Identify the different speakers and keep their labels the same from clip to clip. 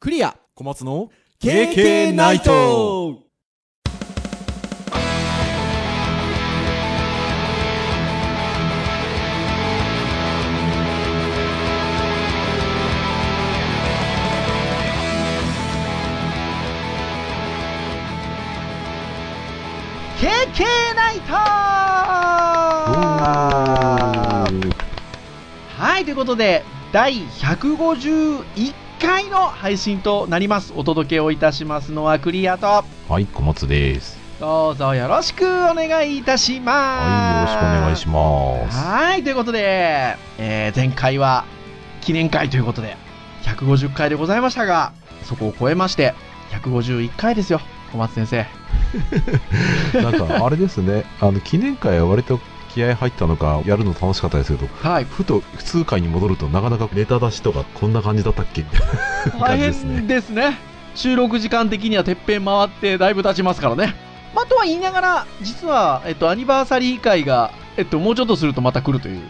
Speaker 1: クリア
Speaker 2: 小松の
Speaker 1: KK ナイト
Speaker 3: はい、ということで、第151回の配信となります。お届けをいたしますのはクリアと、
Speaker 4: はい、小松です。
Speaker 3: どうぞよろしくお願いいたし
Speaker 4: はい、よ
Speaker 3: ま
Speaker 4: ろ
Speaker 3: す。
Speaker 4: しくお願いします。
Speaker 3: はい、ということで、えー前回は記念会ということで、150回でございましたが、そこを超えまして、151回ですよ、小松先生。
Speaker 4: なんか、あれですね、あの、記念会は割と気合入ったのか、やるの楽しかったですけど、
Speaker 3: はい、
Speaker 4: ふと普通会に戻ると、なかなかネタ出しとか、こんな感じだったっけ
Speaker 3: 大
Speaker 4: 感じですね
Speaker 3: 変ですね収録時間的にはてっぺん回ってだいぶ経ちますからね、まあ、とは言いながら実は、えっと、アニバーサリー会が、えっと、もうちょっとするとまた来るという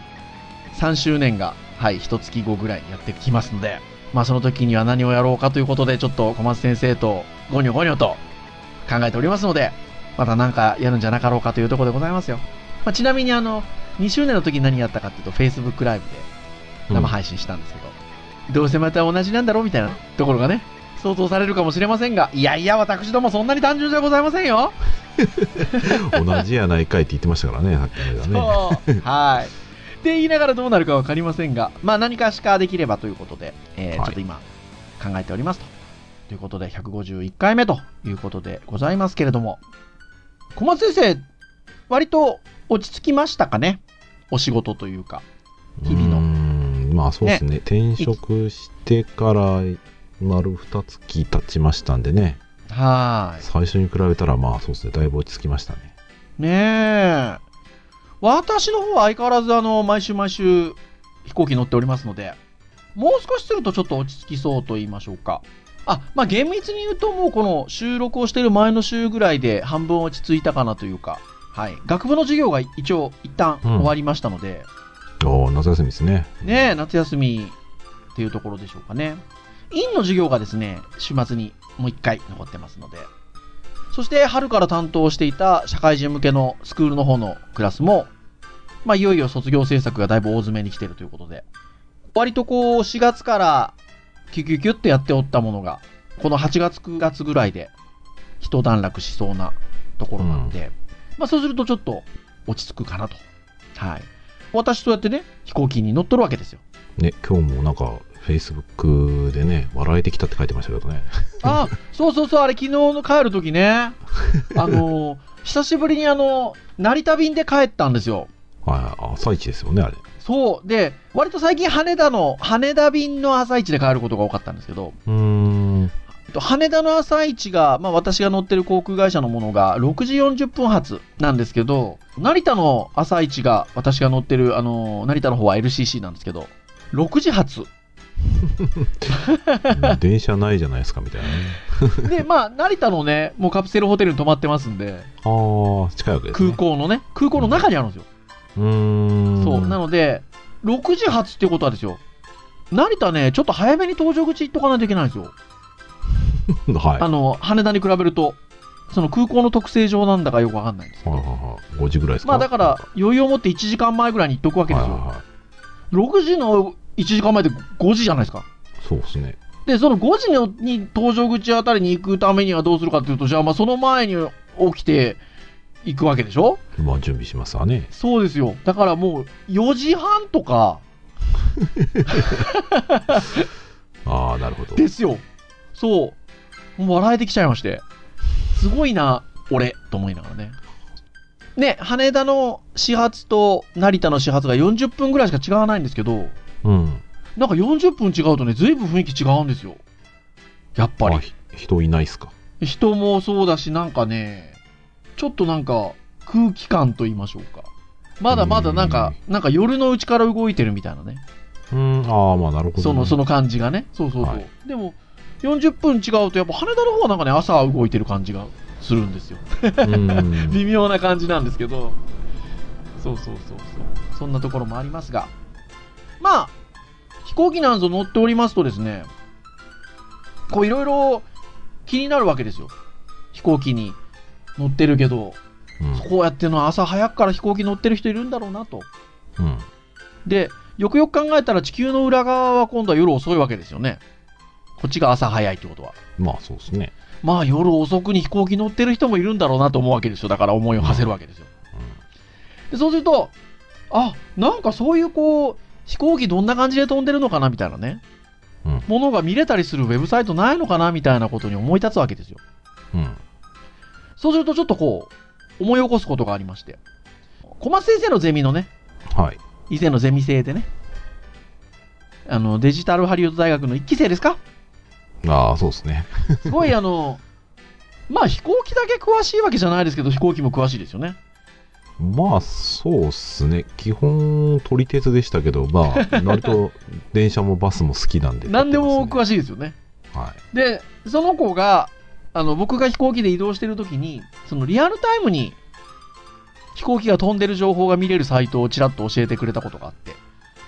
Speaker 3: 3周年がはい1月後ぐらいにやってきますのでまあその時には何をやろうかということでちょっと小松先生とゴニョゴニョと考えておりますのでまた何かやるんじゃなかろうかというところでございますよ、まあ、ちなみにあの2周年の時に何やったかっていうと Facebook ライブで生配信したんですけど、どうせまた同じなんだろうみたいなところがね想像されるかもしれませんがいやいや私どもそんなに単純じゃございませんよ、
Speaker 4: 同じやないかいって言ってましたからね、さっきの間ね。
Speaker 3: そう はいって言いながらどうなるか分かりませんがまあ何かしかできればということで、えー
Speaker 4: はい
Speaker 3: ちょっと今考えておりますとということで151回目ということでございますけれども小松先生割と落ち着きましたかねお仕事というか日々の
Speaker 4: うーんまあそうですね転職してから丸2月経ちましたんでね
Speaker 3: はーい
Speaker 4: 最初に比べたらまあそうですねだいぶ落ち着きましたね
Speaker 3: ねえ。私の方は相変わらずあの、毎週毎週飛行機乗っておりますので、もう少しするとちょっと落ち着きそうと言いましょうか。あ、まあ、厳密に言うともうこの収録をしている前の週ぐらいで半分落ち着いたかなというか、はい。学部の授業が一応一旦
Speaker 4: うん
Speaker 3: 終わりましたので、
Speaker 4: おー夏休みですね
Speaker 3: ねえ、夏休みっていうところでしょうかね。院の授業がですね、週末にもう一回残ってますので。そして、春から担当していた社会人向けのスクールの方のクラスも、まあ、いよいよ卒業制作がだいぶ大詰めに来てるということで、割とこう、4月からキュキュキュってやっておったものが、この8月9月ぐらいで、一段落しそうなところなので、まあ、そうするとちょっと落ち着くかなと。はい。私そうやってね、飛行機に乗っとるわけですよ。
Speaker 4: ね今日もなんかフェイスブックでね笑えてきたって書いてましたけどね
Speaker 3: あ、そうそうそう、あれ、昨日の帰るときね、あのー、久しぶりにあの、成田便で帰ったんですよ。
Speaker 4: はい朝一ですよねあれ
Speaker 3: そう。で、割と最近羽田の、羽田便の朝市で帰ることが多かったんですけど、
Speaker 4: うーん
Speaker 3: えっと羽田の朝市が、まあ私が乗ってる航空会社のものが6時40分発なんですけど、成田の朝市が私が乗ってる、あのー、成田の方は LCC なんですけど、6時発。
Speaker 4: 電車ないじゃないですかみたい なね
Speaker 3: で、まあ、成田のね、もうカプセルホテルに泊まってますんで、
Speaker 4: あー近いわけです、
Speaker 3: 空
Speaker 4: ね、
Speaker 3: 港のね、空港の中にあるんですよ。
Speaker 4: うーん
Speaker 3: そう。なので、6時発ってことはですよ。成田ね、ちょっと早めに搭乗口行っとかないといけないんですよ。
Speaker 4: の はい
Speaker 3: あの、羽田に比べると、その空港の特性上なんだかよくわかんないんですけ
Speaker 4: はいは
Speaker 3: ど。
Speaker 4: いはい5時ぐらいですか
Speaker 3: まあだから、余裕を持って1時間前ぐらいに行っとくわけで
Speaker 4: はい
Speaker 3: す
Speaker 4: はい
Speaker 3: よ。
Speaker 4: は
Speaker 3: 6時の1時間前で5時じゃないですか。
Speaker 4: いそうですね
Speaker 3: で、その5時のに搭乗口あたりに行くためにはどうするかっていうと、じゃあまあその前に起きて行くわけでしょ
Speaker 4: まあ準備しますわね
Speaker 3: そうですよ。だからもう4時半とか、
Speaker 4: ああなるほど
Speaker 3: ですよ。そう。もう笑えてきちゃいまして。すごいな、俺、と思いながらね。ね、羽田の始発と成田の始発が40分ぐらいしか違わないんですけど、
Speaker 4: うん
Speaker 3: なんか40分違うとね、ずいぶん雰囲気違うんですよ。やっぱ
Speaker 4: あ
Speaker 3: り。
Speaker 4: ひ人いないっすか
Speaker 3: 人もそうだし、なんかね、ちょっとなんか空気感と言いましょうか。まだまだなんか、なんか夜のうちから動いてるみたいなね。
Speaker 4: うんああまあなるほど、
Speaker 3: そのそ
Speaker 4: の
Speaker 3: の感じがね、そうそうそう、
Speaker 4: はい
Speaker 3: でも40分違うと、やっぱ羽田の方はなんかね、朝動いてる感じがするんですよ、 微妙な感じなんですけど、そうそうそうそう、そんなところもありますが、まあ、飛行機なんぞ乗っておりますとですね、こういろいろ気になるわけですよ。飛行機に乗ってるけど、
Speaker 4: うん
Speaker 3: こうやってのは朝早くから飛行機乗ってる人いるんだろうなと。
Speaker 4: うん
Speaker 3: で、よくよく考えたら地球の裏側は今度は夜遅いわけですよね。こっちが朝早いってことは。
Speaker 4: まあそうですね、
Speaker 3: まあ夜遅くに飛行機乗ってる人もいるんだろうなと思うわけですよ。だから思いを馳せるわけですよ。でそうすると、あ、なんかそういうこう、飛行機どんな感じで飛んでるのかなみたいなね。
Speaker 4: うん
Speaker 3: ものが見れたりするウェブサイトないのかなみたいなことに思い立つわけですよ。
Speaker 4: うんうん、
Speaker 3: そうするとちょっとこう、思い起こすことがありまして。小松先生のゼミのね、
Speaker 4: はい
Speaker 3: 以前のゼミ生でね、あの、デジタルハリウッド大学の1期生ですか
Speaker 4: ああそうですね
Speaker 3: すごいあの、 まあ飛行機だけ詳しいわけじゃないですけど、飛行機も詳しいですよね。
Speaker 4: まあそうっすね基本撮り鉄でしたけどま あ割と電車もバスも好きなんで
Speaker 3: 何でも
Speaker 4: は、
Speaker 3: 詳しいですよね。
Speaker 4: はい、
Speaker 3: で、その子が、あの、僕が飛行機で移動してるときに、そのリアルタイムに飛行機が飛んでる情報が見れるサイトをちらっと教えてくれたことがあって。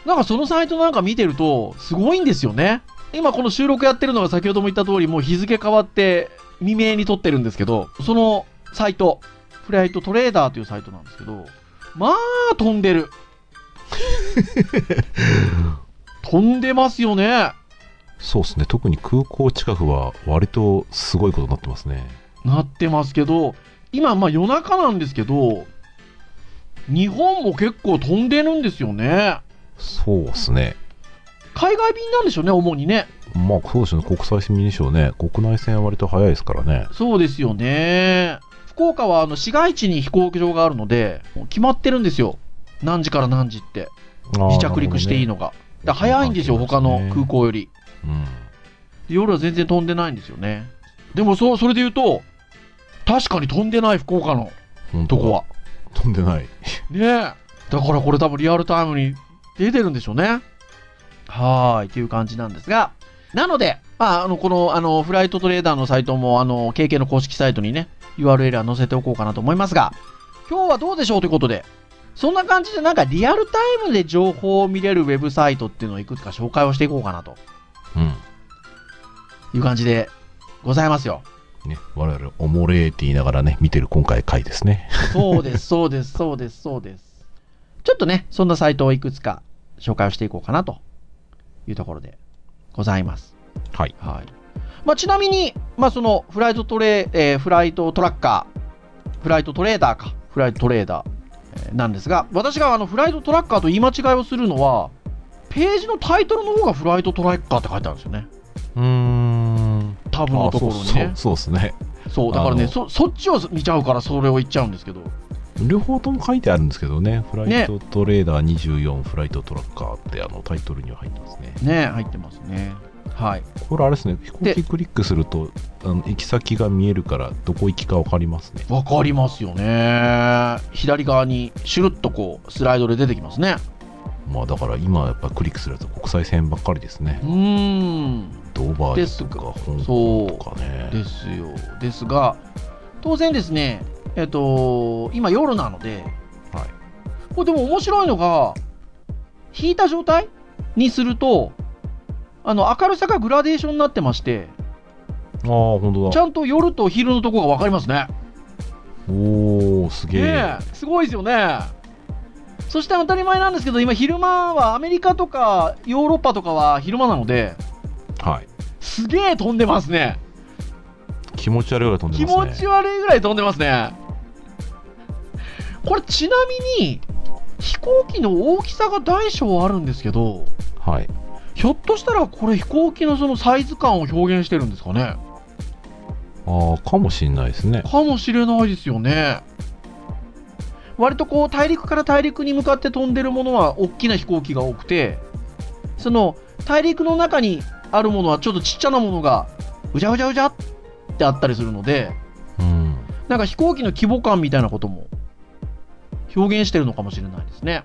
Speaker 3: なんかそのサイトなんか見てると、すごいんですよね。今この収録やってるのが先ほども言った通り、もう日付変わって未明に撮ってるんですけど、そのサイト、フライトトレーダーというサイトなんですけど、まあ飛んでる。飛んでますよね。
Speaker 4: そうですね特に空港近くは割とすごいことになってますね
Speaker 3: なってますけど、今、まあ夜中なんですけど、日本も結構飛んでるんですよね。
Speaker 4: そうですね
Speaker 3: 海外便なんでしょうね、主にね。
Speaker 4: まあそうですね国際線にしろね国内線は割と早いですからね
Speaker 3: そうですよね。福岡はあの市街地に飛行機場があるので、もう決まってるんですよ。何時から何時って、離着陸していい
Speaker 4: の
Speaker 3: のが。だから早いんですよ、他の空港より。
Speaker 4: うん
Speaker 3: で夜は全然飛んでないんですよね。でもそう、それで言うと、確かに飛んでない福岡の
Speaker 4: 本当
Speaker 3: と
Speaker 4: だ
Speaker 3: こは。
Speaker 4: 飛んでない
Speaker 3: ねえ。だからこれ多分リアルタイムに出てるんでしょうね。はーい、っていう感じなんですが。なので、まあ、あの、この、あの、フライトトレーダーのサイトも、あの、KK の公式サイトにね、URL は載せておこうかなと思いますが、今日はどうでしょうということで、そんな感じでなんかリアルタイムで情報を見れるウェブサイトっていうのをいくつか紹介をしていこうかなと
Speaker 4: うん
Speaker 3: いう感じでございますよ。
Speaker 4: ね我々おもれーって言いながらね見てる今回回ですね
Speaker 3: そうです、そうです、そうです、そうです。ちょっとね、そんなサイトをいくつか紹介をしていこうかなというところでございます。
Speaker 4: はい
Speaker 3: はい。まあ、ちなみに、まあ、その、フライトトレー、えーフライトトラッカー、フライトトレーダーか、フライトトレーダー、えーなんですが、私があの、フライトトラッカーと言い間違いをするのは、ページのタイトルの方がフライトトラッカーって書いてあるんですよね。
Speaker 4: うーん
Speaker 3: タブのところにね。
Speaker 4: そうそうそうですね
Speaker 3: そう、だからね
Speaker 4: あの
Speaker 3: そ、そっちを見ちゃうからそれを言っちゃうんですけど。
Speaker 4: 両方とも書いてあるんですけどね、フライトトレーダー24、フライトトラッカーってあのタイトルには入ってますね。
Speaker 3: ね、入ってますね。はい。
Speaker 4: これあれですね、飛行機クリックするとあの行き先が見えるから、どこ行きか分かりますね。
Speaker 3: わかりますよね左側にシュルッとこうスライドで出てきますね
Speaker 4: まあだから今やっぱクリックするやつは国際線ばっかりですね
Speaker 3: う。ーん
Speaker 4: ドバイとか香港とか
Speaker 3: で
Speaker 4: ね。
Speaker 3: すよですが当然ですねえっと今夜なので、
Speaker 4: はい
Speaker 3: これでも面白いのが引いた状態にするとあの明るさがグラデーションになってまして
Speaker 4: ああ、本当
Speaker 3: ち
Speaker 4: だ。
Speaker 3: ゃんと夜と昼のとこが分かりますね
Speaker 4: おお、すげえ。
Speaker 3: ねえ、すごいですよね。そして当たり前なんですけど、今昼間はアメリカとかヨーロッパとかは昼間なので、
Speaker 4: はい。
Speaker 3: すげえ飛んでますね。
Speaker 4: 気持ち悪いが飛んで
Speaker 3: 気
Speaker 4: ます
Speaker 3: 持
Speaker 4: ね。
Speaker 3: ち悪いぐらい飛んでますね。これちなみに、飛行機の大きさが大小あるんですけど、
Speaker 4: はい。
Speaker 3: ひょっとしたらこれ飛行機のそのサイズ感を表現してるんですかね。
Speaker 4: ああ、かもしれないですね。
Speaker 3: かもしれないですよね。割とこう大陸から大陸に向かって飛んでるものは大きな飛行機が多くて、その大陸の中にあるものはちょっとちっちゃなものがうじゃうじゃうじゃってあったりするので、
Speaker 4: うん。
Speaker 3: なんか飛行機の規模感みたいなことも表現してるのかもしれないですね。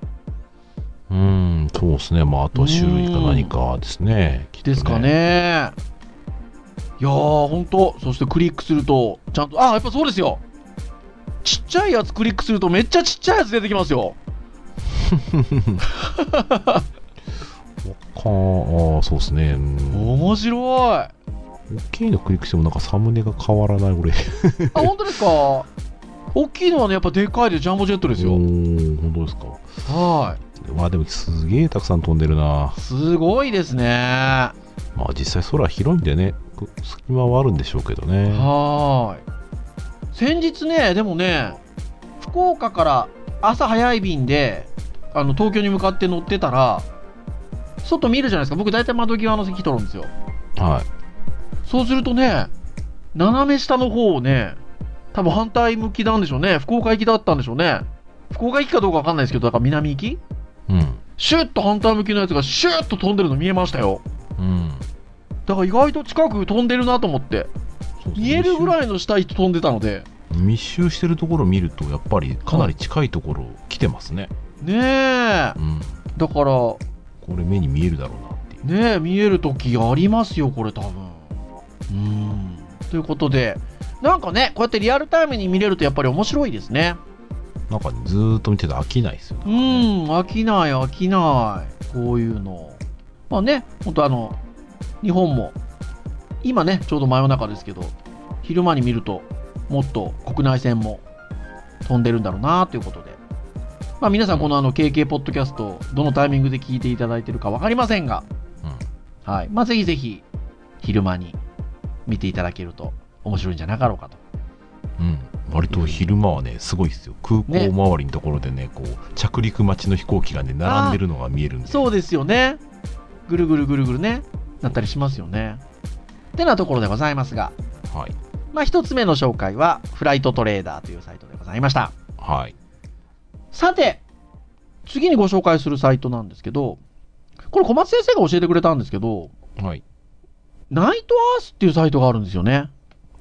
Speaker 4: うん、そうですね。まああとは種類か何かですね。きっと
Speaker 3: ですか。ね。いやー、ほんと。そしてクリックすると、ちゃんと、あ、やっぱそうですよ。ちっちゃいやつクリックするとめっちゃちっちゃいやつ出てきますよ。
Speaker 4: かああそうですね、うん
Speaker 3: 面白い
Speaker 4: K のクリックしてもなんかサムネが変わらない俺
Speaker 3: あ、本当ですか大きいのはね、やっぱでかいでジャンボジェットですよ。
Speaker 4: おー本当ですか
Speaker 3: は。
Speaker 4: まあでもすげえたくさん飛んでるない
Speaker 3: すごいですね。は
Speaker 4: まあ実際空広いんでねく隙間はあるんでしょうけどね
Speaker 3: い。先日ね、でもね、福岡から朝早い便で、あの、東京に向かって乗ってたら、外見るじゃないですか。僕大体窓際の席取るんですよ。
Speaker 4: は
Speaker 3: そうするとね、斜め下の方をね、多分反対向きなんでしょうね。福岡行きだったんでしょうね。福岡行きかどうかわかんないですけど、だから南行き
Speaker 4: いうん
Speaker 3: シュッと反対向きのやつがシュッと飛んでるの見えましたよ。
Speaker 4: うん
Speaker 3: だから意外と近く飛んでるなと思って、
Speaker 4: そうそう
Speaker 3: 見えるぐ
Speaker 4: 密
Speaker 3: らいの下行って飛んでたので、
Speaker 4: 集密集してるところを見るとやっぱりかなり近いところ来てますね、
Speaker 3: ねえ、
Speaker 4: うん、
Speaker 3: だから、
Speaker 4: これ目に見えるだろうなっていう
Speaker 3: ねえ、見える時ありますよ、これ多分。うん。ということで、なんかね、こうやってリアルタイムに見れるとやっぱり面白いですね。
Speaker 4: なんかずーっと見てて飽きないですよね
Speaker 3: う、ん、飽きない飽きない。こういうの。まあね、本当あの、日本も、今ね、ちょうど真夜中ですけど、昼間に見ると、もっと国内線も飛んでるんだろうなということで。まあ皆さんこのあの KK ポッドキャストをどのタイミングで聞いていただいてるかわかりませんが、はい。まあぜひぜひ昼間に見ていただけると面白いんじゃなかろうかと。
Speaker 4: うん、割と昼間はねすごいですよ空港周りのところでねこう着陸待ちの飛行機がね並んでるのが見えるんで
Speaker 3: そうですよね。ぐるぐるぐるぐるね、なったりしますよね。てなところでございますが、
Speaker 4: はい
Speaker 3: まあ一つ目の紹介は、フライトトレーダーというサイトでございました。
Speaker 4: はい
Speaker 3: さて、次にご紹介するサイトなんですけど、これ小松先生が教えてくれたんですけど、
Speaker 4: はい
Speaker 3: ナイトアースっていうサイトがあるんですよね。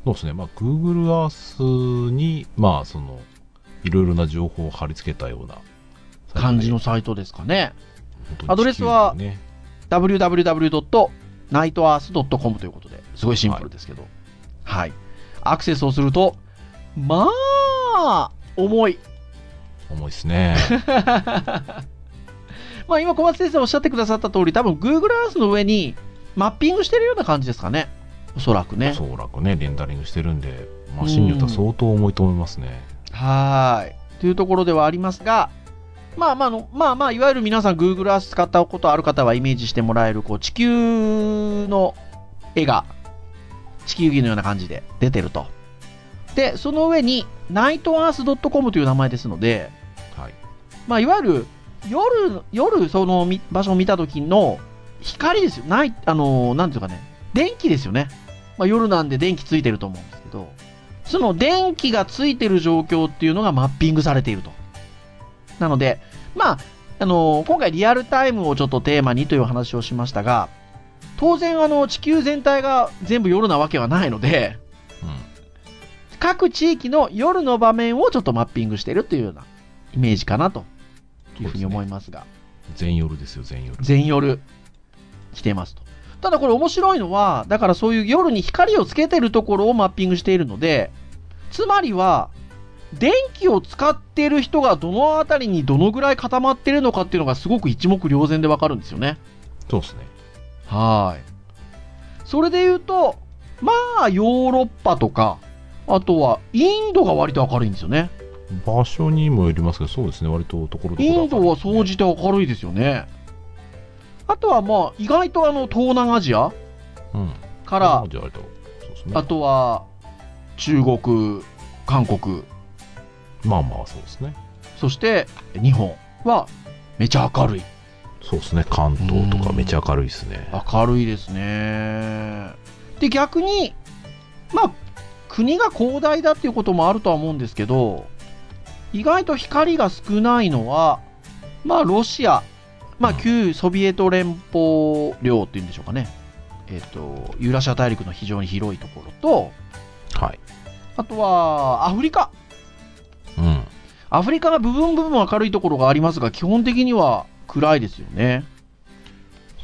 Speaker 4: そうですねまあ Google Earth にまあそのいろいろな情報を貼り付けたような
Speaker 3: 漢字の
Speaker 4: サ
Speaker 3: サイトですかね。
Speaker 4: イトで
Speaker 3: アドレスは
Speaker 4: 本当に地球のね
Speaker 3: www.nightearth.com ということで、すごいシンプルですけど、はい。アクセスをすると、まあ、重い。
Speaker 4: 重いで すね
Speaker 3: まあ今小松先生おっしゃってくださった通り多分 Google Earth の上にマッピングしてるような感じですかねおそらくね
Speaker 4: そうらくねレンダリングしてるんでマシンによっては相当重いと思いますね
Speaker 3: はーいというところではありますがまあまああのまあまあいわゆる皆さん Google Earth 使ったことある方はイメージしてもらえるこう地球の絵が地球儀のような感じで出てるとでその上に nightearth.com という名前ですので
Speaker 4: はい
Speaker 3: まあ、いわゆる夜、夜、そのみ場所を見た時の光ですよ。ない、あのーなんていうかね、電気ですよね。まあ、夜なんで電気ついてると思うんですけど、その電気がついてる状況っていうのがマッピングされていると。なので、まあ、あのー今回リアルタイムをちょっとテーマにという話をしましたが、当然あの、地球全体が全部夜なわけはないので、
Speaker 4: うん
Speaker 3: 各地域の夜の場面をちょっとマッピングしてるというようなイメージかなというふうに思いますが、
Speaker 4: 全夜ですよ全夜
Speaker 3: 全夜来てますと。ただこれ面白いのは、だからそういう夜に光をつけてるところをマッピングしているので、つまりは、電気を使ってる人がどのあたりにどのぐらい固まってるのかっていうのがすごく一目瞭然でわかるんですよね。
Speaker 4: そうですね
Speaker 3: はい。それで言うと、まあ、ヨーロッパとか、あとはインドが割と明るいんですよね。
Speaker 4: 場所にもよりますけどそうですね割とところどころ
Speaker 3: インドは
Speaker 4: 明るい
Speaker 3: 総
Speaker 4: ですね
Speaker 3: じて明るいですよね。あとはまあ、意外とあの、東南アジア
Speaker 4: うん
Speaker 3: か
Speaker 4: あ
Speaker 3: ら、
Speaker 4: じゃあ割とそうですね
Speaker 3: あとは、中国、韓国、
Speaker 4: まあまあそうですね
Speaker 3: そして日本は、めちゃ明るい。
Speaker 4: そうですね関東とかめちゃ明るいですね
Speaker 3: 明るいですね。で、逆に、まあ、国が広大だっていうこともあるとは思うんですけど、意外と光が少ないのは、まあ、ロシア、まあ、
Speaker 4: うん
Speaker 3: 旧ソビエト連邦領っていうんでしょうかね。えっ、と、ユーラシア大陸の非常に広いところと、
Speaker 4: はい
Speaker 3: あとは、アフリカ。
Speaker 4: うん
Speaker 3: アフリカが部分部分明るいところがありますが、基本的には暗いですよね。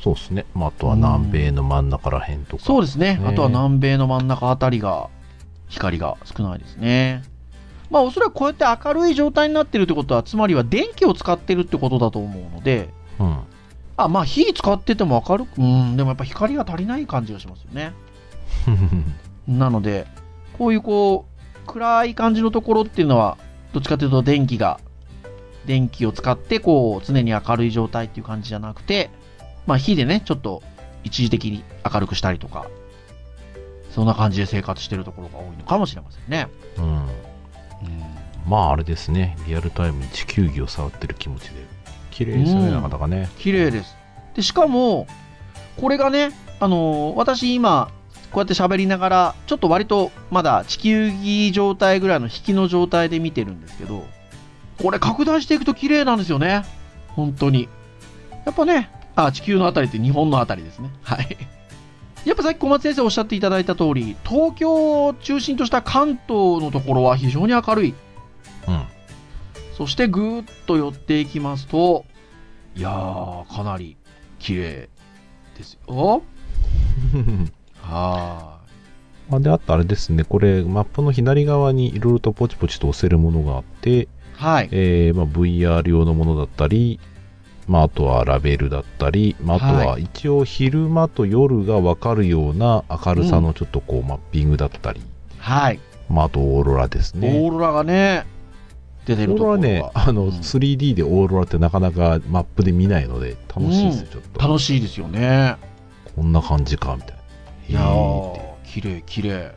Speaker 4: そうですね、まあ、あとは南米の真ん中らへんとか、
Speaker 3: そうですね
Speaker 4: ね
Speaker 3: あとは南米の真ん中あたりが光が少ないですねまあおそらくこうやって明るい状態になってるってことはつまりは電気を使ってるってことだと思うので
Speaker 4: うん
Speaker 3: あまあ火使ってても明るくうんでもやっぱ光が足りない感じがしますよねなので、こういうこう、暗い感じのところっていうのは、どっちかというと電気が、電気を使ってこう、常に明るい状態っていう感じじゃなくて、まあ火でね、ちょっと一時的に明るくしたりとか、そんな感じで生活してるところが多いのかもしれませんね。
Speaker 4: うん、まああれですねリアルタイムに地球儀を触ってる気持ちで綺麗ですよね、
Speaker 3: うん
Speaker 4: なかなかね
Speaker 3: 綺麗です。で、しかも、これがね、あのー私今、こうやって喋りながら、ちょっと割とまだ地球儀状態ぐらいの引きの状態で見てるんですけど、これ拡大していくと綺麗なんですよね。本当に。やっぱね、あ、地球のあたりって日本のあたりですね。はい。やっぱさっき小松先生おっしゃっていただいた通り、東京を中心とした関東のところは非常に明るい。
Speaker 4: うん
Speaker 3: そしてぐーっと寄っていきますと、いやー、かなり綺麗ですよ。は
Speaker 4: まあ、であとあれですねこれマップの左側にいろいろとポチポチと押せるものがあって、
Speaker 3: ーい。はい。
Speaker 4: えーまあ、VR 用のものだったり、まあ、あとはラベルだったり、まあ、あとは一応昼間と夜が分かるような明るさのちょっとこうマッピングだったり、
Speaker 3: はい。
Speaker 4: まあ、あとオーロラですね
Speaker 3: オーロラがね、出て
Speaker 4: オ
Speaker 3: る
Speaker 4: ー
Speaker 3: とこ
Speaker 4: ロ
Speaker 3: ろ
Speaker 4: ラ
Speaker 3: が、
Speaker 4: ねあの、
Speaker 3: うん
Speaker 4: 3D でオーロラってなかなかマップで見ないので楽しいですよ、ちょっと
Speaker 3: 楽しいですよね。
Speaker 4: こんな感じかみたい
Speaker 3: いや
Speaker 4: な。へ
Speaker 3: ー、綺麗綺麗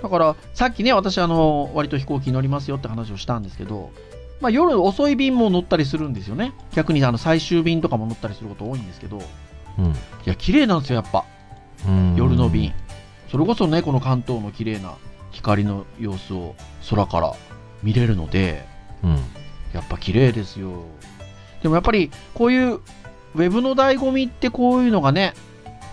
Speaker 3: だから、さっきね、私、あの、割と飛行機乗りますよって話をしたんですけど、まあ、夜遅い便も乗ったりするんですよね。逆に、あの、最終便とかも乗ったりすること多いんですけど、い
Speaker 4: ーうん
Speaker 3: や、綺麗なんですよ、やっぱ。
Speaker 4: うん
Speaker 3: 夜の便、それこそねこの関東の綺麗な光の様子を空から見れるので
Speaker 4: うん
Speaker 3: やっぱ綺麗ですよでもやっぱりこういうウェブの醍醐味ってこういうのがね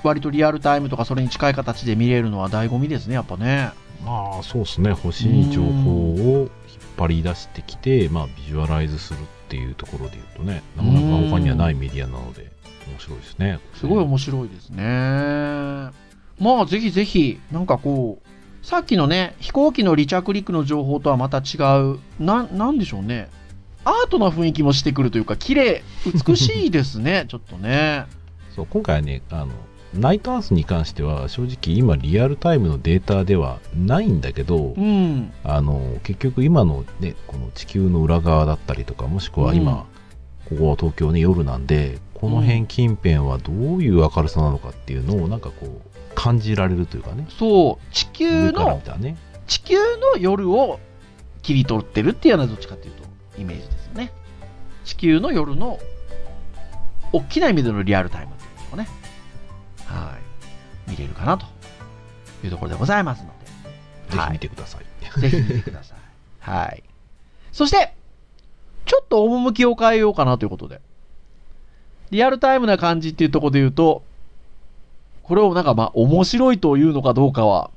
Speaker 3: 割とリアルタイムとかそれに近い形で見れるのは醍醐味ですねやっぱね
Speaker 4: まあそうですね欲しい情報を引っ張り出してきて、まあ、ビジュアライズするっていうところでいうとねなかなか他にはないメディアなので面白いですね
Speaker 3: すごい面白いですねまあぜひぜひなんかこうさっきのね飛行機の離着陸の情報とはまた違うななんでしょうねアートな雰囲気もしてくるというか綺麗美しいですねちょっとね
Speaker 4: そう今回はねあのナイトアースに関しては正直今リアルタイムのデータではないんだけど、
Speaker 3: うん
Speaker 4: あの結局今の、ね、この地球の裏側だったりとかもしくは今、ここは東京ね夜なんでこの辺近辺はどういう明るさなのかっていうのをなんかこう感じられるというかね
Speaker 3: そう地球
Speaker 4: 上から
Speaker 3: の
Speaker 4: 見たらね
Speaker 3: 地球の夜を切り取ってるっていうのはどっちかというとイメージですよね地球の夜の大きな意味でのリアルタイムっていうんでしょうねはい見れるかなというところでございますの
Speaker 4: ぜひ見てください、
Speaker 3: で ぜひ見てくださいはいそしてちょっと趣を変えようかなということでリアルタイムな感じっていうところで言うとこれをなんかまあ面白いというのかどうかは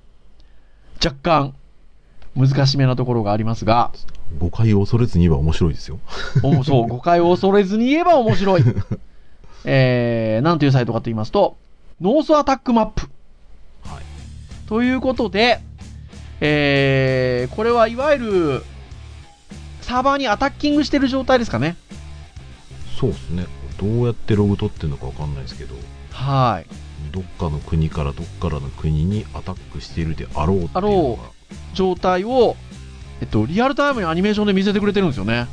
Speaker 3: 若干難しめなところがありますが
Speaker 4: 誤解を恐れずに言えば面白いですよ
Speaker 3: おもそう、誤解を恐れずに言えば面 白い。えー、なんというサイトかと言いますと、ノースアタックマップ。
Speaker 4: はい
Speaker 3: ということで、えー、これはいわゆる、サーバーにアタッキングしてる状態ですかね。
Speaker 4: そうですねどうやってログ取ってるのか分かんないですけど
Speaker 3: はい。
Speaker 4: どっかの国からどっからの国にアタックしているであろうっていう
Speaker 3: あ
Speaker 4: の
Speaker 3: ろ状態を、えっと、リアルタイムにアニメーションで見せてくれてるんですよね。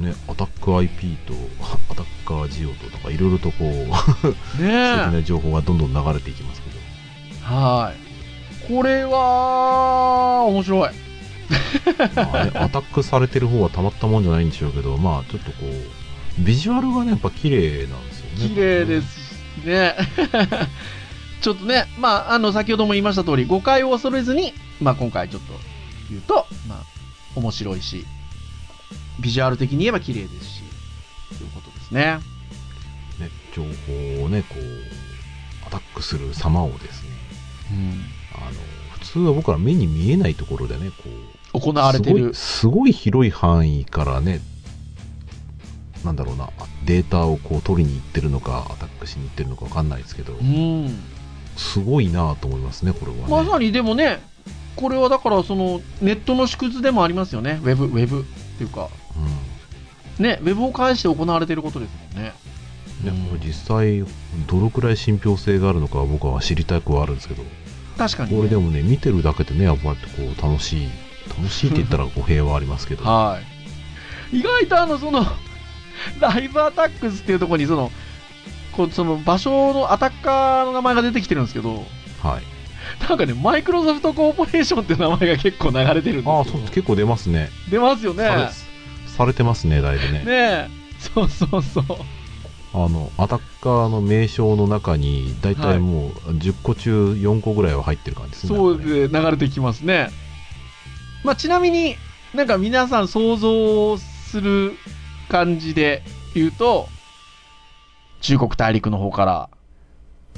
Speaker 4: がねアタック IP と アタッカージオとなんかいろいろと こう
Speaker 3: ねえ。
Speaker 4: 素敵な情報がどんどん流れていきますけど、
Speaker 3: はい。これは、面白い。
Speaker 4: ま あねアタックされてる方はたまったもんじゃないんでしょうけどまあちょっとこうビジュアルがねやっぱ綺麗なんですよね
Speaker 3: 綺麗ですね。 ちょっとね、まあ、あの、先ほども言いました通り、誤解を恐れずに、まあ、今回ちょっと言うと、まあ、面白いし、ビジュアル的に言えば綺麗ですし、ということですね。
Speaker 4: ね情報をねこうアタックする様をですねあの普通は僕ら目に見えないところでねこう
Speaker 3: 行われてる。
Speaker 4: すごいすごい広い範囲からねなんだろうなデータをこう取りに行ってるのかアタックしに行ってるのかわかんないですけど
Speaker 3: うん。
Speaker 4: すごいなぁと思いますねこれはね、
Speaker 3: まさにでもね、これはだから、その、ネットの縮図でもありますよね。ウェブ、ウェブっていうか、
Speaker 4: うん
Speaker 3: ね、ウェブを介して行われてることですもんね。
Speaker 4: ね、
Speaker 3: うん
Speaker 4: これ実際どのくらい信憑性があるのかは僕は知りたくはあるんですけど
Speaker 3: 確かに、
Speaker 4: これでもね見てるだけでねやっぱりこう楽しい楽しいって言ったら語弊はあります けど
Speaker 3: はい。意外とあの、その、 ライブアタックスっていうところに、その、こうその場所のアタッカーの名前が出てきてるんですけど、
Speaker 4: はい
Speaker 3: なんかね、マイクロソフトコーポレーションっていう名前が結構流れてるんですよ。
Speaker 4: ああそう結構出ますね
Speaker 3: 出ますよね。
Speaker 4: されされてますねだいぶね
Speaker 3: ねえ。そうそうそう。
Speaker 4: あのアタッカーの名称の中に大
Speaker 3: はい
Speaker 4: 体もう10個中4個ぐらいは入ってる感じですね
Speaker 3: そう
Speaker 4: なんか
Speaker 3: で
Speaker 4: ね
Speaker 3: 流れてきますね。まあ、ちなみになんか皆さん想像する感じで言うと、中国大陸の方から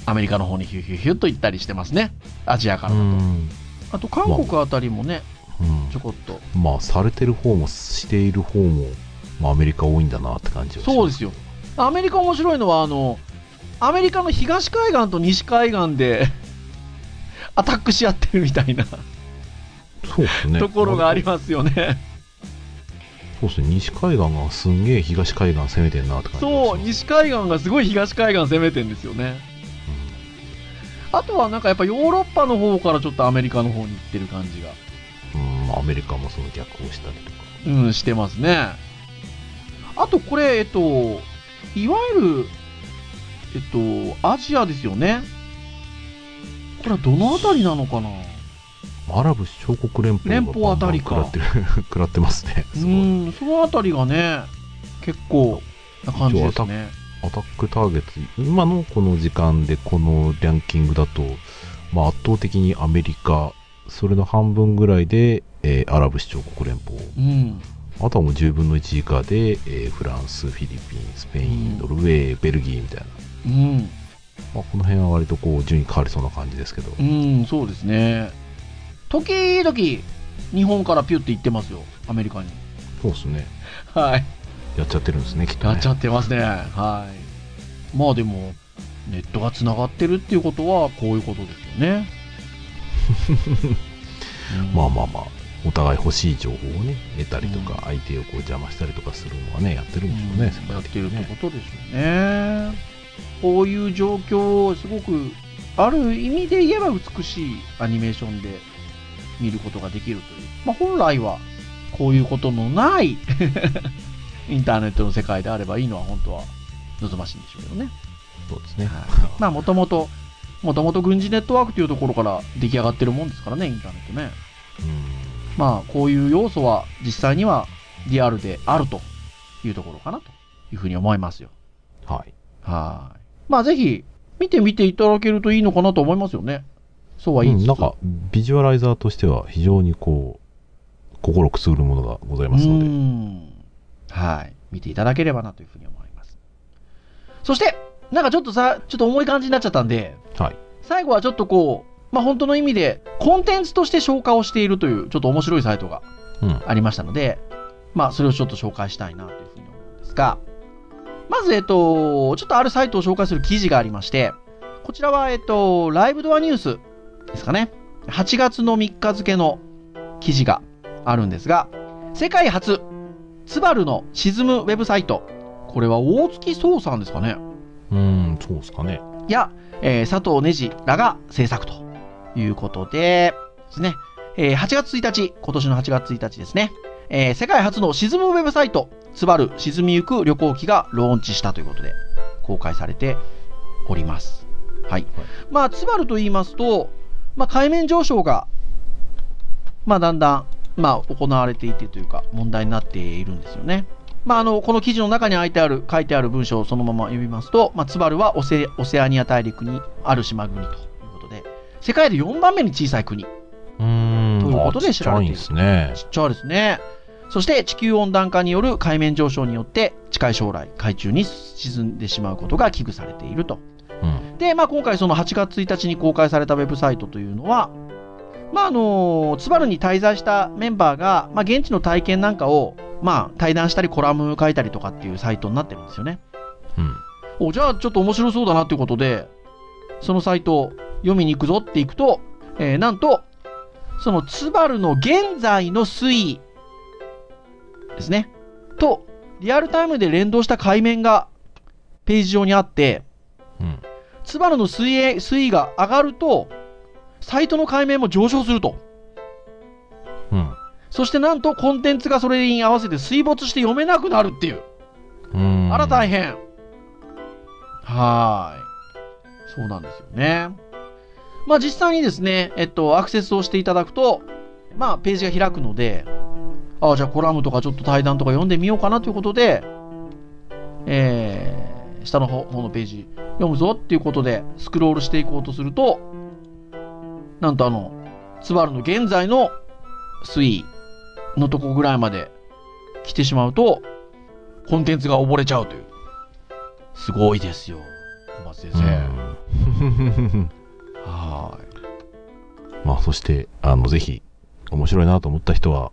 Speaker 3: アメリカの方にヒューヒューヒューと行ったりしてますね。アジアから
Speaker 4: う
Speaker 3: だと。
Speaker 4: ん
Speaker 3: あと韓国あたりもね、ちょ
Speaker 4: う
Speaker 3: こっと。
Speaker 4: んまあされてる方もしている方も、まあ、アメリカ多いんだなって感じはします
Speaker 3: そうですよ。アメリカ面白いのは、あの、アメリカの東海岸と西海岸で アタックし合ってるみたいな
Speaker 4: そうですね
Speaker 3: ところがあり
Speaker 4: す
Speaker 3: ますよね。
Speaker 4: そうですね西海岸がすんげえ東海岸攻めてんなって感じがします
Speaker 3: そう、西海岸がすごい東海岸攻めてんですよね。あとはなんかやっぱヨーロッパの方からちょっとアメリカの方に行ってる感じが、
Speaker 4: うん、うんアメリカもその逆をしたりとか
Speaker 3: うん、してますね。あとこれ、えっと、いわゆる、えっと、アジアですよね。これはどのあたりなのかな
Speaker 4: アラブ諸国連邦が
Speaker 3: 連邦あたりか
Speaker 4: バンバン食らってる 食らってますね
Speaker 3: う
Speaker 4: すごい
Speaker 3: ん、そのあたりがね、結構な感じですね。
Speaker 4: アタックターゲット今のこの時間でこのランキングだと、まあ、圧倒的にアメリカそれの半分ぐらいで、えーアラブ首長国連邦
Speaker 3: うん。
Speaker 4: あとはもう10分の1以下で、えーフランスフィリピンスペイ
Speaker 3: うん
Speaker 4: ンノルウェーベルギーみたいな、
Speaker 3: うん。
Speaker 4: まあ、この辺は割とこう順位変わりそうな感じですけど、
Speaker 3: うん、そうですね。時々、日本からピュって行ってますよ、アメリカに。
Speaker 4: そうですね
Speaker 3: はい。
Speaker 4: やっちゃってるんですねきっと
Speaker 3: や
Speaker 4: ね
Speaker 3: っちゃってますね。はい。まあでも、ネットが繋がってるっていうことは、こういうことですよ ね。うん
Speaker 4: まあまあまあお互い欲しい情報をね得たりとか、相手をこう邪魔したりとかするのはねやってるんでしょうね、世
Speaker 3: や
Speaker 4: 界
Speaker 3: っ
Speaker 4: 的
Speaker 3: てるっ
Speaker 4: にね
Speaker 3: てことでしょうね。こういう状況をすごく、ある意味で言えば美しいアニメーションで見ることができるという。まあ、本来は、こういうことのない インターネットの世界であればいいのは本当は望ましいんでしょうけどね。
Speaker 4: そうですね、
Speaker 3: まあ、もともと、もともと軍事ネットワークというところから出来上がってるもんですからね、インターネットね。
Speaker 4: うん
Speaker 3: まあ、こういう要素は実際にはリアルであるというところかなというふうに思いますよ。
Speaker 4: はい。
Speaker 3: はーい。まあ、ぜひ、見てみていただけるといいのかなと思いますよね。そうは言いつつ、
Speaker 4: うんなんか、ビジュアライザーとしては非常にこう、心くすぐるものがございますの
Speaker 3: う
Speaker 4: で、
Speaker 3: んはい。見ていただければなというふうに思います。そして、なんかちょっとさ、ちょっと重い感じになっちゃったんで、
Speaker 4: はい。
Speaker 3: 最後はちょっとこう、まあ、本当の意味で、コンテンツとして紹介をしているという、ちょっと面白いサイトが
Speaker 4: うん。
Speaker 3: ありましたので、まあ、それをちょっと紹介したいなというふうに思うんですが、まず、えっと、ちょっとあるサイトを紹介する記事がありまして、こちらは、えっと、ライブドアニュースですかね。8月の3日付の記事があるんですが、世界初、ツバルの沈むウェブサイト。これは大月壮さんですかね。
Speaker 4: うん、そうですかね。
Speaker 3: や、えー佐藤ねじらが制作ということで、ですね。えー8月1日、今年の8月1日ですね。えー世界初の沈むウェブサイト、ツバル沈みゆく旅行記がローンチしたということで、公開されております。はい。まあ、ツバルと言いますと、まあ、海面上昇が、まあ、だんだん、まあ、行われていてというか、問題になっているんですよね。まあ、あのこの記事の中に書いてある書いてある文章をそのまま読みますと、まあ、ツバルはオセオセアニア大陸にある島国ということで世界で4番目に小さい国ちっ
Speaker 4: うん。
Speaker 3: ということで
Speaker 4: あ
Speaker 3: 知られている
Speaker 4: ちっちゃいんですね。
Speaker 3: ちゃいですねそして地球温暖化による海面上昇によって近い将来海中に沈んでしまうことが危惧されていると
Speaker 4: うん。
Speaker 3: で、まあ、今回その8月1日に公開されたウェブサイトというのは、まあ、あの、ツバルに滞在したメンバーが、まあ、現地の体験なんかを、まあ、対談したりコラム書いたりとかっていうサイトになってるんですよね。
Speaker 4: うん。
Speaker 3: お、じゃあちょっと面白そうだなっていうことで、そのサイトを読みに行くぞって行くと、えーなんと、そのツバルの現在の水位ですね。と、リアルタイムで連動した海面がページ上にあって、
Speaker 4: うん。
Speaker 3: ツバルの水泳水位が上がると、サイトの解明も上昇すると。
Speaker 4: うん。
Speaker 3: そしてなんとコンテンツがそれに合わせて水没して読めなくなるっていう。
Speaker 4: うん。
Speaker 3: あら大変。はーい。そうなんですよね。まあ実際にですね、えっと、アクセスをしていただくと、まあページが開くので、ああ、じゃあコラムとかちょっと対談とか読んでみようかなということで、えー、下の方方のページ読むぞっていうことでスクロールしていこうとすると、なんとあの、ツバルの現在の推移のとこぐらいまで来てしまうと、コンテンツが溺れちゃうという。すごいですよ、小松先
Speaker 4: う
Speaker 3: 生。
Speaker 4: ん。
Speaker 3: は
Speaker 4: まあ、そして、あの、ぜひ、面白いなと思った人は、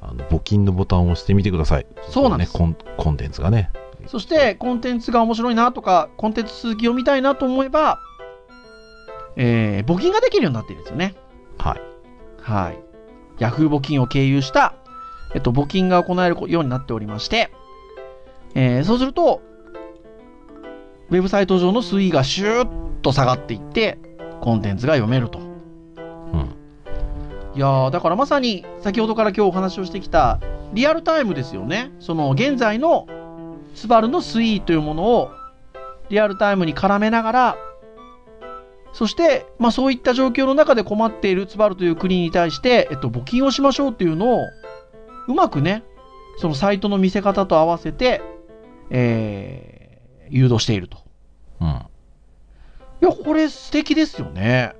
Speaker 4: あの、募金のボタンを押してみてください。
Speaker 3: そうなんです
Speaker 4: このね、コンコンテンツがね。
Speaker 3: ーい。そして、コンテンツが面白いなとか、コンテンツ続き読みたいなと思えば、えー、募金ができるようになっているんですよね。
Speaker 4: はい。
Speaker 3: はい。Yahoo 募金を経由した、えっと、募金が行えるようになっておりまして、えー、そうすると、ウェブサイト上の推移がシューッと下がっていって、コンテンツが読めると。
Speaker 4: うん。
Speaker 3: いやーだからまさに先ほどから今日お話をしてきたリアルタイムですよねその現在のスバルの推移というものをリアルタイムに絡めながらそして、まあ、そういった状況の中で困っているスバルという国に対して、えっと、募金をしましょうというのをうまくねそのサイトの見せ方と合わせて、えー、誘導していると
Speaker 4: うん。
Speaker 3: いやこれ素敵ですよね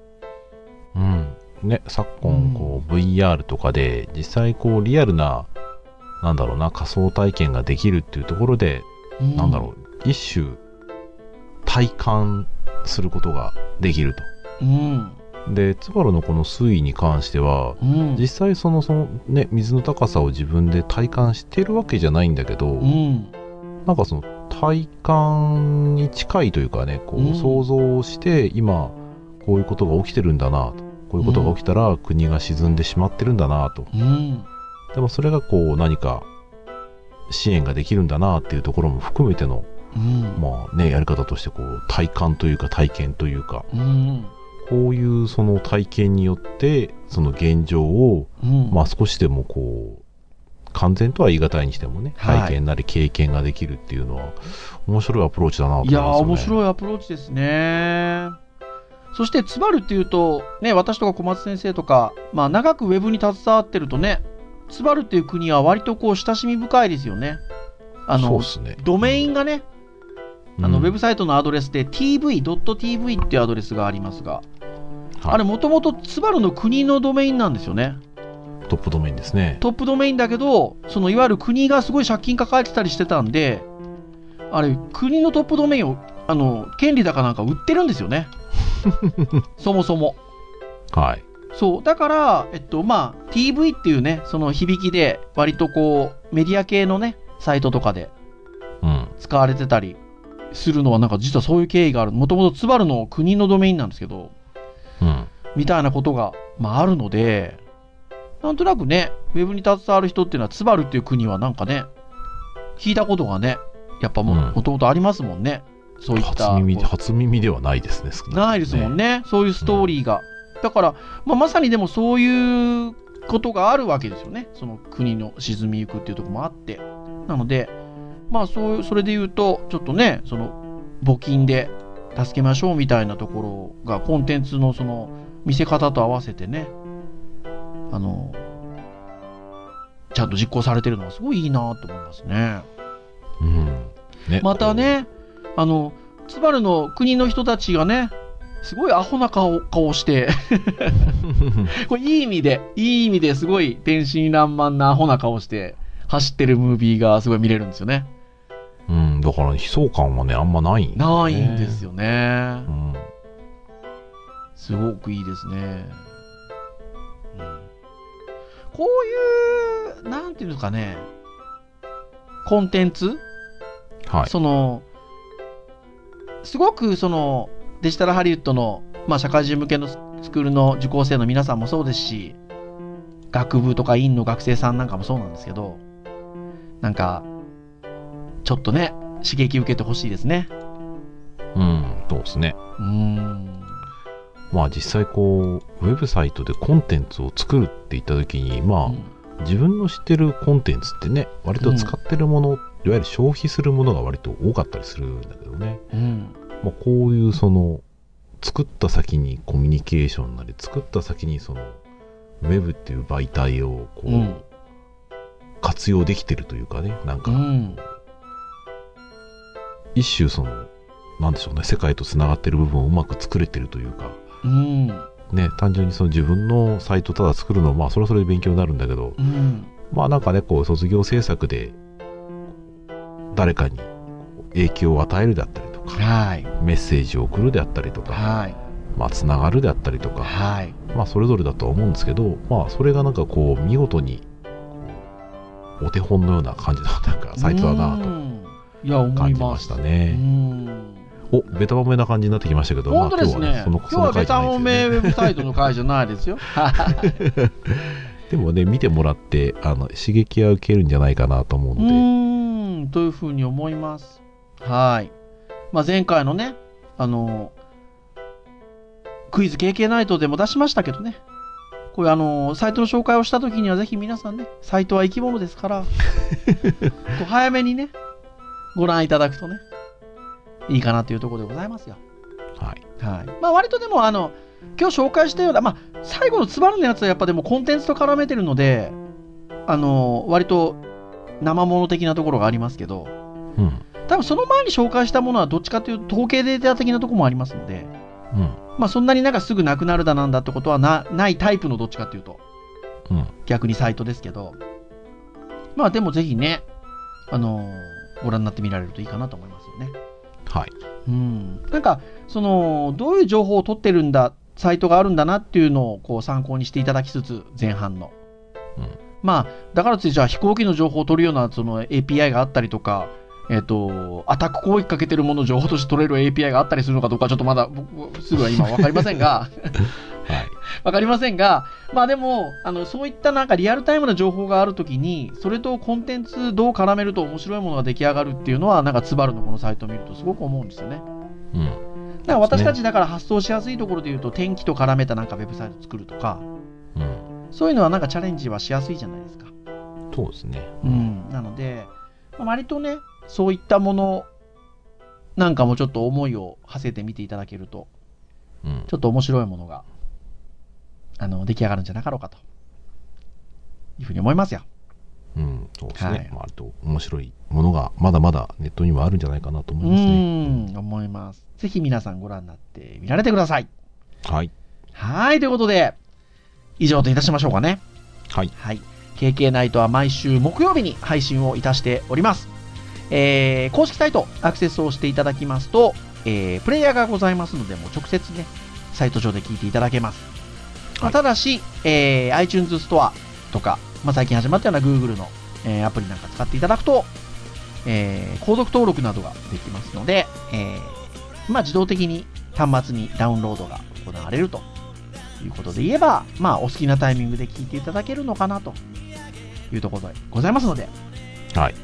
Speaker 4: うんね、昨
Speaker 3: うん
Speaker 4: 今こう VR とかで実際こうリアルななんだろうな仮想体験ができるっていうところで、なんだろう一種体感することができる
Speaker 3: ううん
Speaker 4: と。でツバルのこの水位に関しては
Speaker 3: うん
Speaker 4: 実際そのその、ね、水の高さを自分で体感してるわけじゃないんだけど、
Speaker 3: うん
Speaker 4: なんかその体感に近いというかねこ
Speaker 3: うん
Speaker 4: う想像して今こういうことが起きてるんだなとこういうことが起きたら国が沈んでしまってるんだなと
Speaker 3: うん
Speaker 4: でもそれがこう何か支援ができるんだなっていうところも含めての
Speaker 3: うん
Speaker 4: まあねやり方としてこう体感というか体験というか
Speaker 3: うん
Speaker 4: こういうその体験によってその現状を
Speaker 3: うん
Speaker 4: まあ少しでもこう完全とは言い難いにしてもね、
Speaker 3: はい
Speaker 4: 体験なり経験ができるっていうのは面白いアプローチだなと思
Speaker 3: いやー
Speaker 4: い
Speaker 3: 面
Speaker 4: ますよね。
Speaker 3: 白いアプローチですね。そして、ツバルっていうと、ね、私とか小松先生とか、まあ、長くウェブに携わってるとね、ツバルっていう国は割とこう親しみ深いですよね。あ
Speaker 4: そう
Speaker 3: の
Speaker 4: っ、すね。
Speaker 3: ドメインがね、あのウェブ
Speaker 4: サ
Speaker 3: サイトのアドレスで tv.tv っていうアドレスがありますが、あれもともとツバルの国のドメインなんですよね。
Speaker 4: トップドメインですね。
Speaker 3: トップドメインだけど、そのいわゆる国がすごい借金抱えてたりしてたんで、あれ、国のトップドメインを、あの、権利だかなんか売ってるんですよね。そもそも。
Speaker 4: はい。
Speaker 3: そう。だから、えっと、まあ、TV っていうね、その響きで、割とこう、メディア系のね、サイトとかで
Speaker 4: うん。
Speaker 3: 使われてたりするのは、なんか実はそういう経緯がある。もともとツバルの国のドメインなんですけど、
Speaker 4: うん。
Speaker 3: みたいなことが、まあ、あるので、なんとなくね、ウェブに携わる人っていうのは、ツバルっていう国はなんかね、聞いたことがね、やっぱも,、
Speaker 4: うん
Speaker 3: ともとありますもんね。そういった。
Speaker 4: 初耳で、
Speaker 3: こ
Speaker 4: 初耳ではないですね。少
Speaker 3: う
Speaker 4: くと
Speaker 3: ないですもん。ね。そういうストーリーが。だから、まあ、まさにでもそういうことがあるわけですよね。その国の沈みゆくっていうところもあって。なので、まあそういう、それで言うと、ちょっとね、その、募金で助けましょうみたいなところが、コンテンツのその、見せ方と合わせてね、あの、ちゃんと実行されてるのはすごいいいなと思いますね。
Speaker 4: うん。ね
Speaker 3: また。ね、あの、ツバルの国の人たちがね、すごいアホな顔顔して、 これいい意味で、いい意味ですごい天真爛漫なアホな顔して走ってるムービーがすごい見れるんですよね。
Speaker 4: こううん。だから、悲壮感はね、あんまない。
Speaker 3: ないんですよね
Speaker 4: う。ん。
Speaker 3: すごくいいですね。うんこういう、なんていうのかね、コンテンツ
Speaker 4: はい。
Speaker 3: そのすごくそのデジタルハリウッドの、まあ、社会人向けのススクールの受講生の皆さんもそうですし学部とか院の学生さんなんかもそうなんですけどなんかちょっとね刺激受けてほしいですね
Speaker 4: うん。そうですね。
Speaker 3: うーん
Speaker 4: まあ実際こうウェブサイトでコンテンツを作るって言った時にまあ、
Speaker 3: うん
Speaker 4: 自分の知ってるコンテンツってね割と使ってるもの、いわゆる消費するものが割と多かったりするんだけどね、
Speaker 3: うん
Speaker 4: まあ、こういうその作った先にコミュニケーションなり作った先にそのウェブっていう媒体をこう、
Speaker 3: うん
Speaker 4: 活用できてるというかねなん
Speaker 3: う
Speaker 4: か
Speaker 3: ん
Speaker 4: 一種そのなんでしょうね世界とつながってる部分をうまく作れてるというか
Speaker 3: うん
Speaker 4: ね単純にその自分のサイトただ作るのはまあそれはそれで勉強になるんだけど
Speaker 3: うん
Speaker 4: まあなんかね、こう卒業制作で誰かに影響を与えるであったりとか、
Speaker 3: はい
Speaker 4: メッセージを送るであったりとか、
Speaker 3: はい
Speaker 4: まあつながるであったりとか、
Speaker 3: はい
Speaker 4: まあそれぞれだとは思うんですけど、まあそれがなんかこう見事にこうお手本のような感じのなんかサイトだなと
Speaker 3: といや思
Speaker 4: 感
Speaker 3: い
Speaker 4: じま
Speaker 3: ま
Speaker 4: し
Speaker 3: したた
Speaker 4: ね。
Speaker 3: うん
Speaker 4: お、ベタ褒めな感じになってきましたけど、まあ
Speaker 3: 本当ですね。
Speaker 4: 今
Speaker 3: 今
Speaker 4: 日
Speaker 3: 日
Speaker 4: は
Speaker 3: は
Speaker 4: ね、
Speaker 3: ベ
Speaker 4: そ
Speaker 3: タ
Speaker 4: のそ
Speaker 3: 褒
Speaker 4: の回じゃない
Speaker 3: め
Speaker 4: ですよ
Speaker 3: ウェブ
Speaker 4: ね
Speaker 3: サイトの回じゃないです よ。
Speaker 4: でもね、見てもらって、あの、刺激は受けるんじゃないかなと思う
Speaker 3: う
Speaker 4: ので、
Speaker 3: ーん、というふうに思います。はい。まあ、前回のね、あの、クイズ KK ナイトでも出しましたけどね。これあの、サイトの紹介をした時にはぜひ皆さんね、サイトは生き物ですから、こ う早めにね、ご覧いただくとね、いいかなというところでございますよ。
Speaker 4: はい。
Speaker 3: はい。まあ、割とでもあの、今日紹介したような、まあ、最後のつばるのやつはやっぱでもコンテンツと絡めてるので、あの、割と生物的なところがありますけど、
Speaker 4: うん。
Speaker 3: 多分その前に紹介したものはどっちかというと統計データ的なところもありますので、
Speaker 4: うん。
Speaker 3: まあそんなになんかすぐなくなるだなんだってことはなないタイプのどっちかというと、
Speaker 4: うん
Speaker 3: 逆にサイトですけど、まあでもぜひね、あのご覧になってみられるといいかなと思いますよね。
Speaker 4: はい。
Speaker 3: うん、なんかそのどういう情報を取ってるんだサイトがあるんだなっていうのをこう参考にしていただきつつ前半の、
Speaker 4: うん
Speaker 3: まあだからついじゃあ飛行機の情報を取るようなその API があったりとかえっ、とアタック攻撃かけてるものを情報として取れる API があったりするのかどうかちょっとまだ僕すぐは今分かりませんが
Speaker 4: はい。
Speaker 3: わかりませんが、まあでも、あの、そういったなんかリアルタイムな情報があるときに、それとコンテンツどう絡めると面白いものが出来上がるっていうのは、なんかツバルのこのサイトを見るとすごく思うんですよね。
Speaker 4: うん。
Speaker 3: だから私たちだから発想しやすいところで言うと、天気と絡めたなんかウェブサイト作るとか、
Speaker 4: うん、
Speaker 3: そういうのはなんかチャレンジはしやすいじゃないですか。
Speaker 4: そうですね。
Speaker 3: うん。なので、まあ割とね、そういったものなんかもちょっと思いを馳せて見ていただけると、
Speaker 4: うん、
Speaker 3: ちょっと面白いものが、あの、出来上がるんじゃなかろうかと。いうふうに思いますよ。
Speaker 4: うん、そうですね。
Speaker 3: はい
Speaker 4: まあ、割と面白いものがまだまだネットにはあるんじゃないかなと思いますね。
Speaker 3: うん、思います。ぜひ皆さんご覧になって見られてください。
Speaker 4: はい、
Speaker 3: はい、ということで、以上といたしましょうかね。
Speaker 4: はい、
Speaker 3: はい。KK ナイトは毎週木曜日に配信をいたしております。えー公式サイトアクセスをしていただきますと、えープレイヤーがございますので、もう直接ね、サイト上で聞いていただけます。ま
Speaker 4: は
Speaker 3: あ、
Speaker 4: い
Speaker 3: ただし、えー iTunes ストアとか、まあ、最近始まったような Google の、えーアプリなんか使っていただくと、えー購読登録などができますので、えーまあ、自動的に端末にダウンロードが行われるということで言えば、まあ、お好きなタイミングで聞いていただけるのかなというところでございますので、
Speaker 4: はい、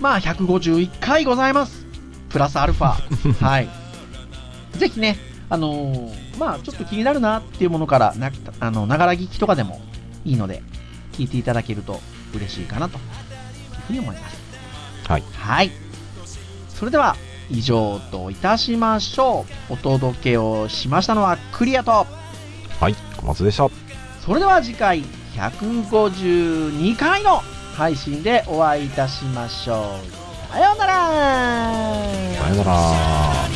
Speaker 3: まあ、151回ございます。プラスアルフ ァ。はい。ぜひね、あのーまあ、ちょっと気になるなっていうものから、な、あの、ながら聞きとかでもいいので、聞いていただけると嬉しいかなと、いうふうに思います。
Speaker 4: はい。
Speaker 3: はい。それでは、以上といたしましょう。お届けをしましたのはクリアと、
Speaker 4: はい、小松でした。
Speaker 3: それでは次回152回の配信でお会いいたしましょう。さようなら
Speaker 4: さよなら。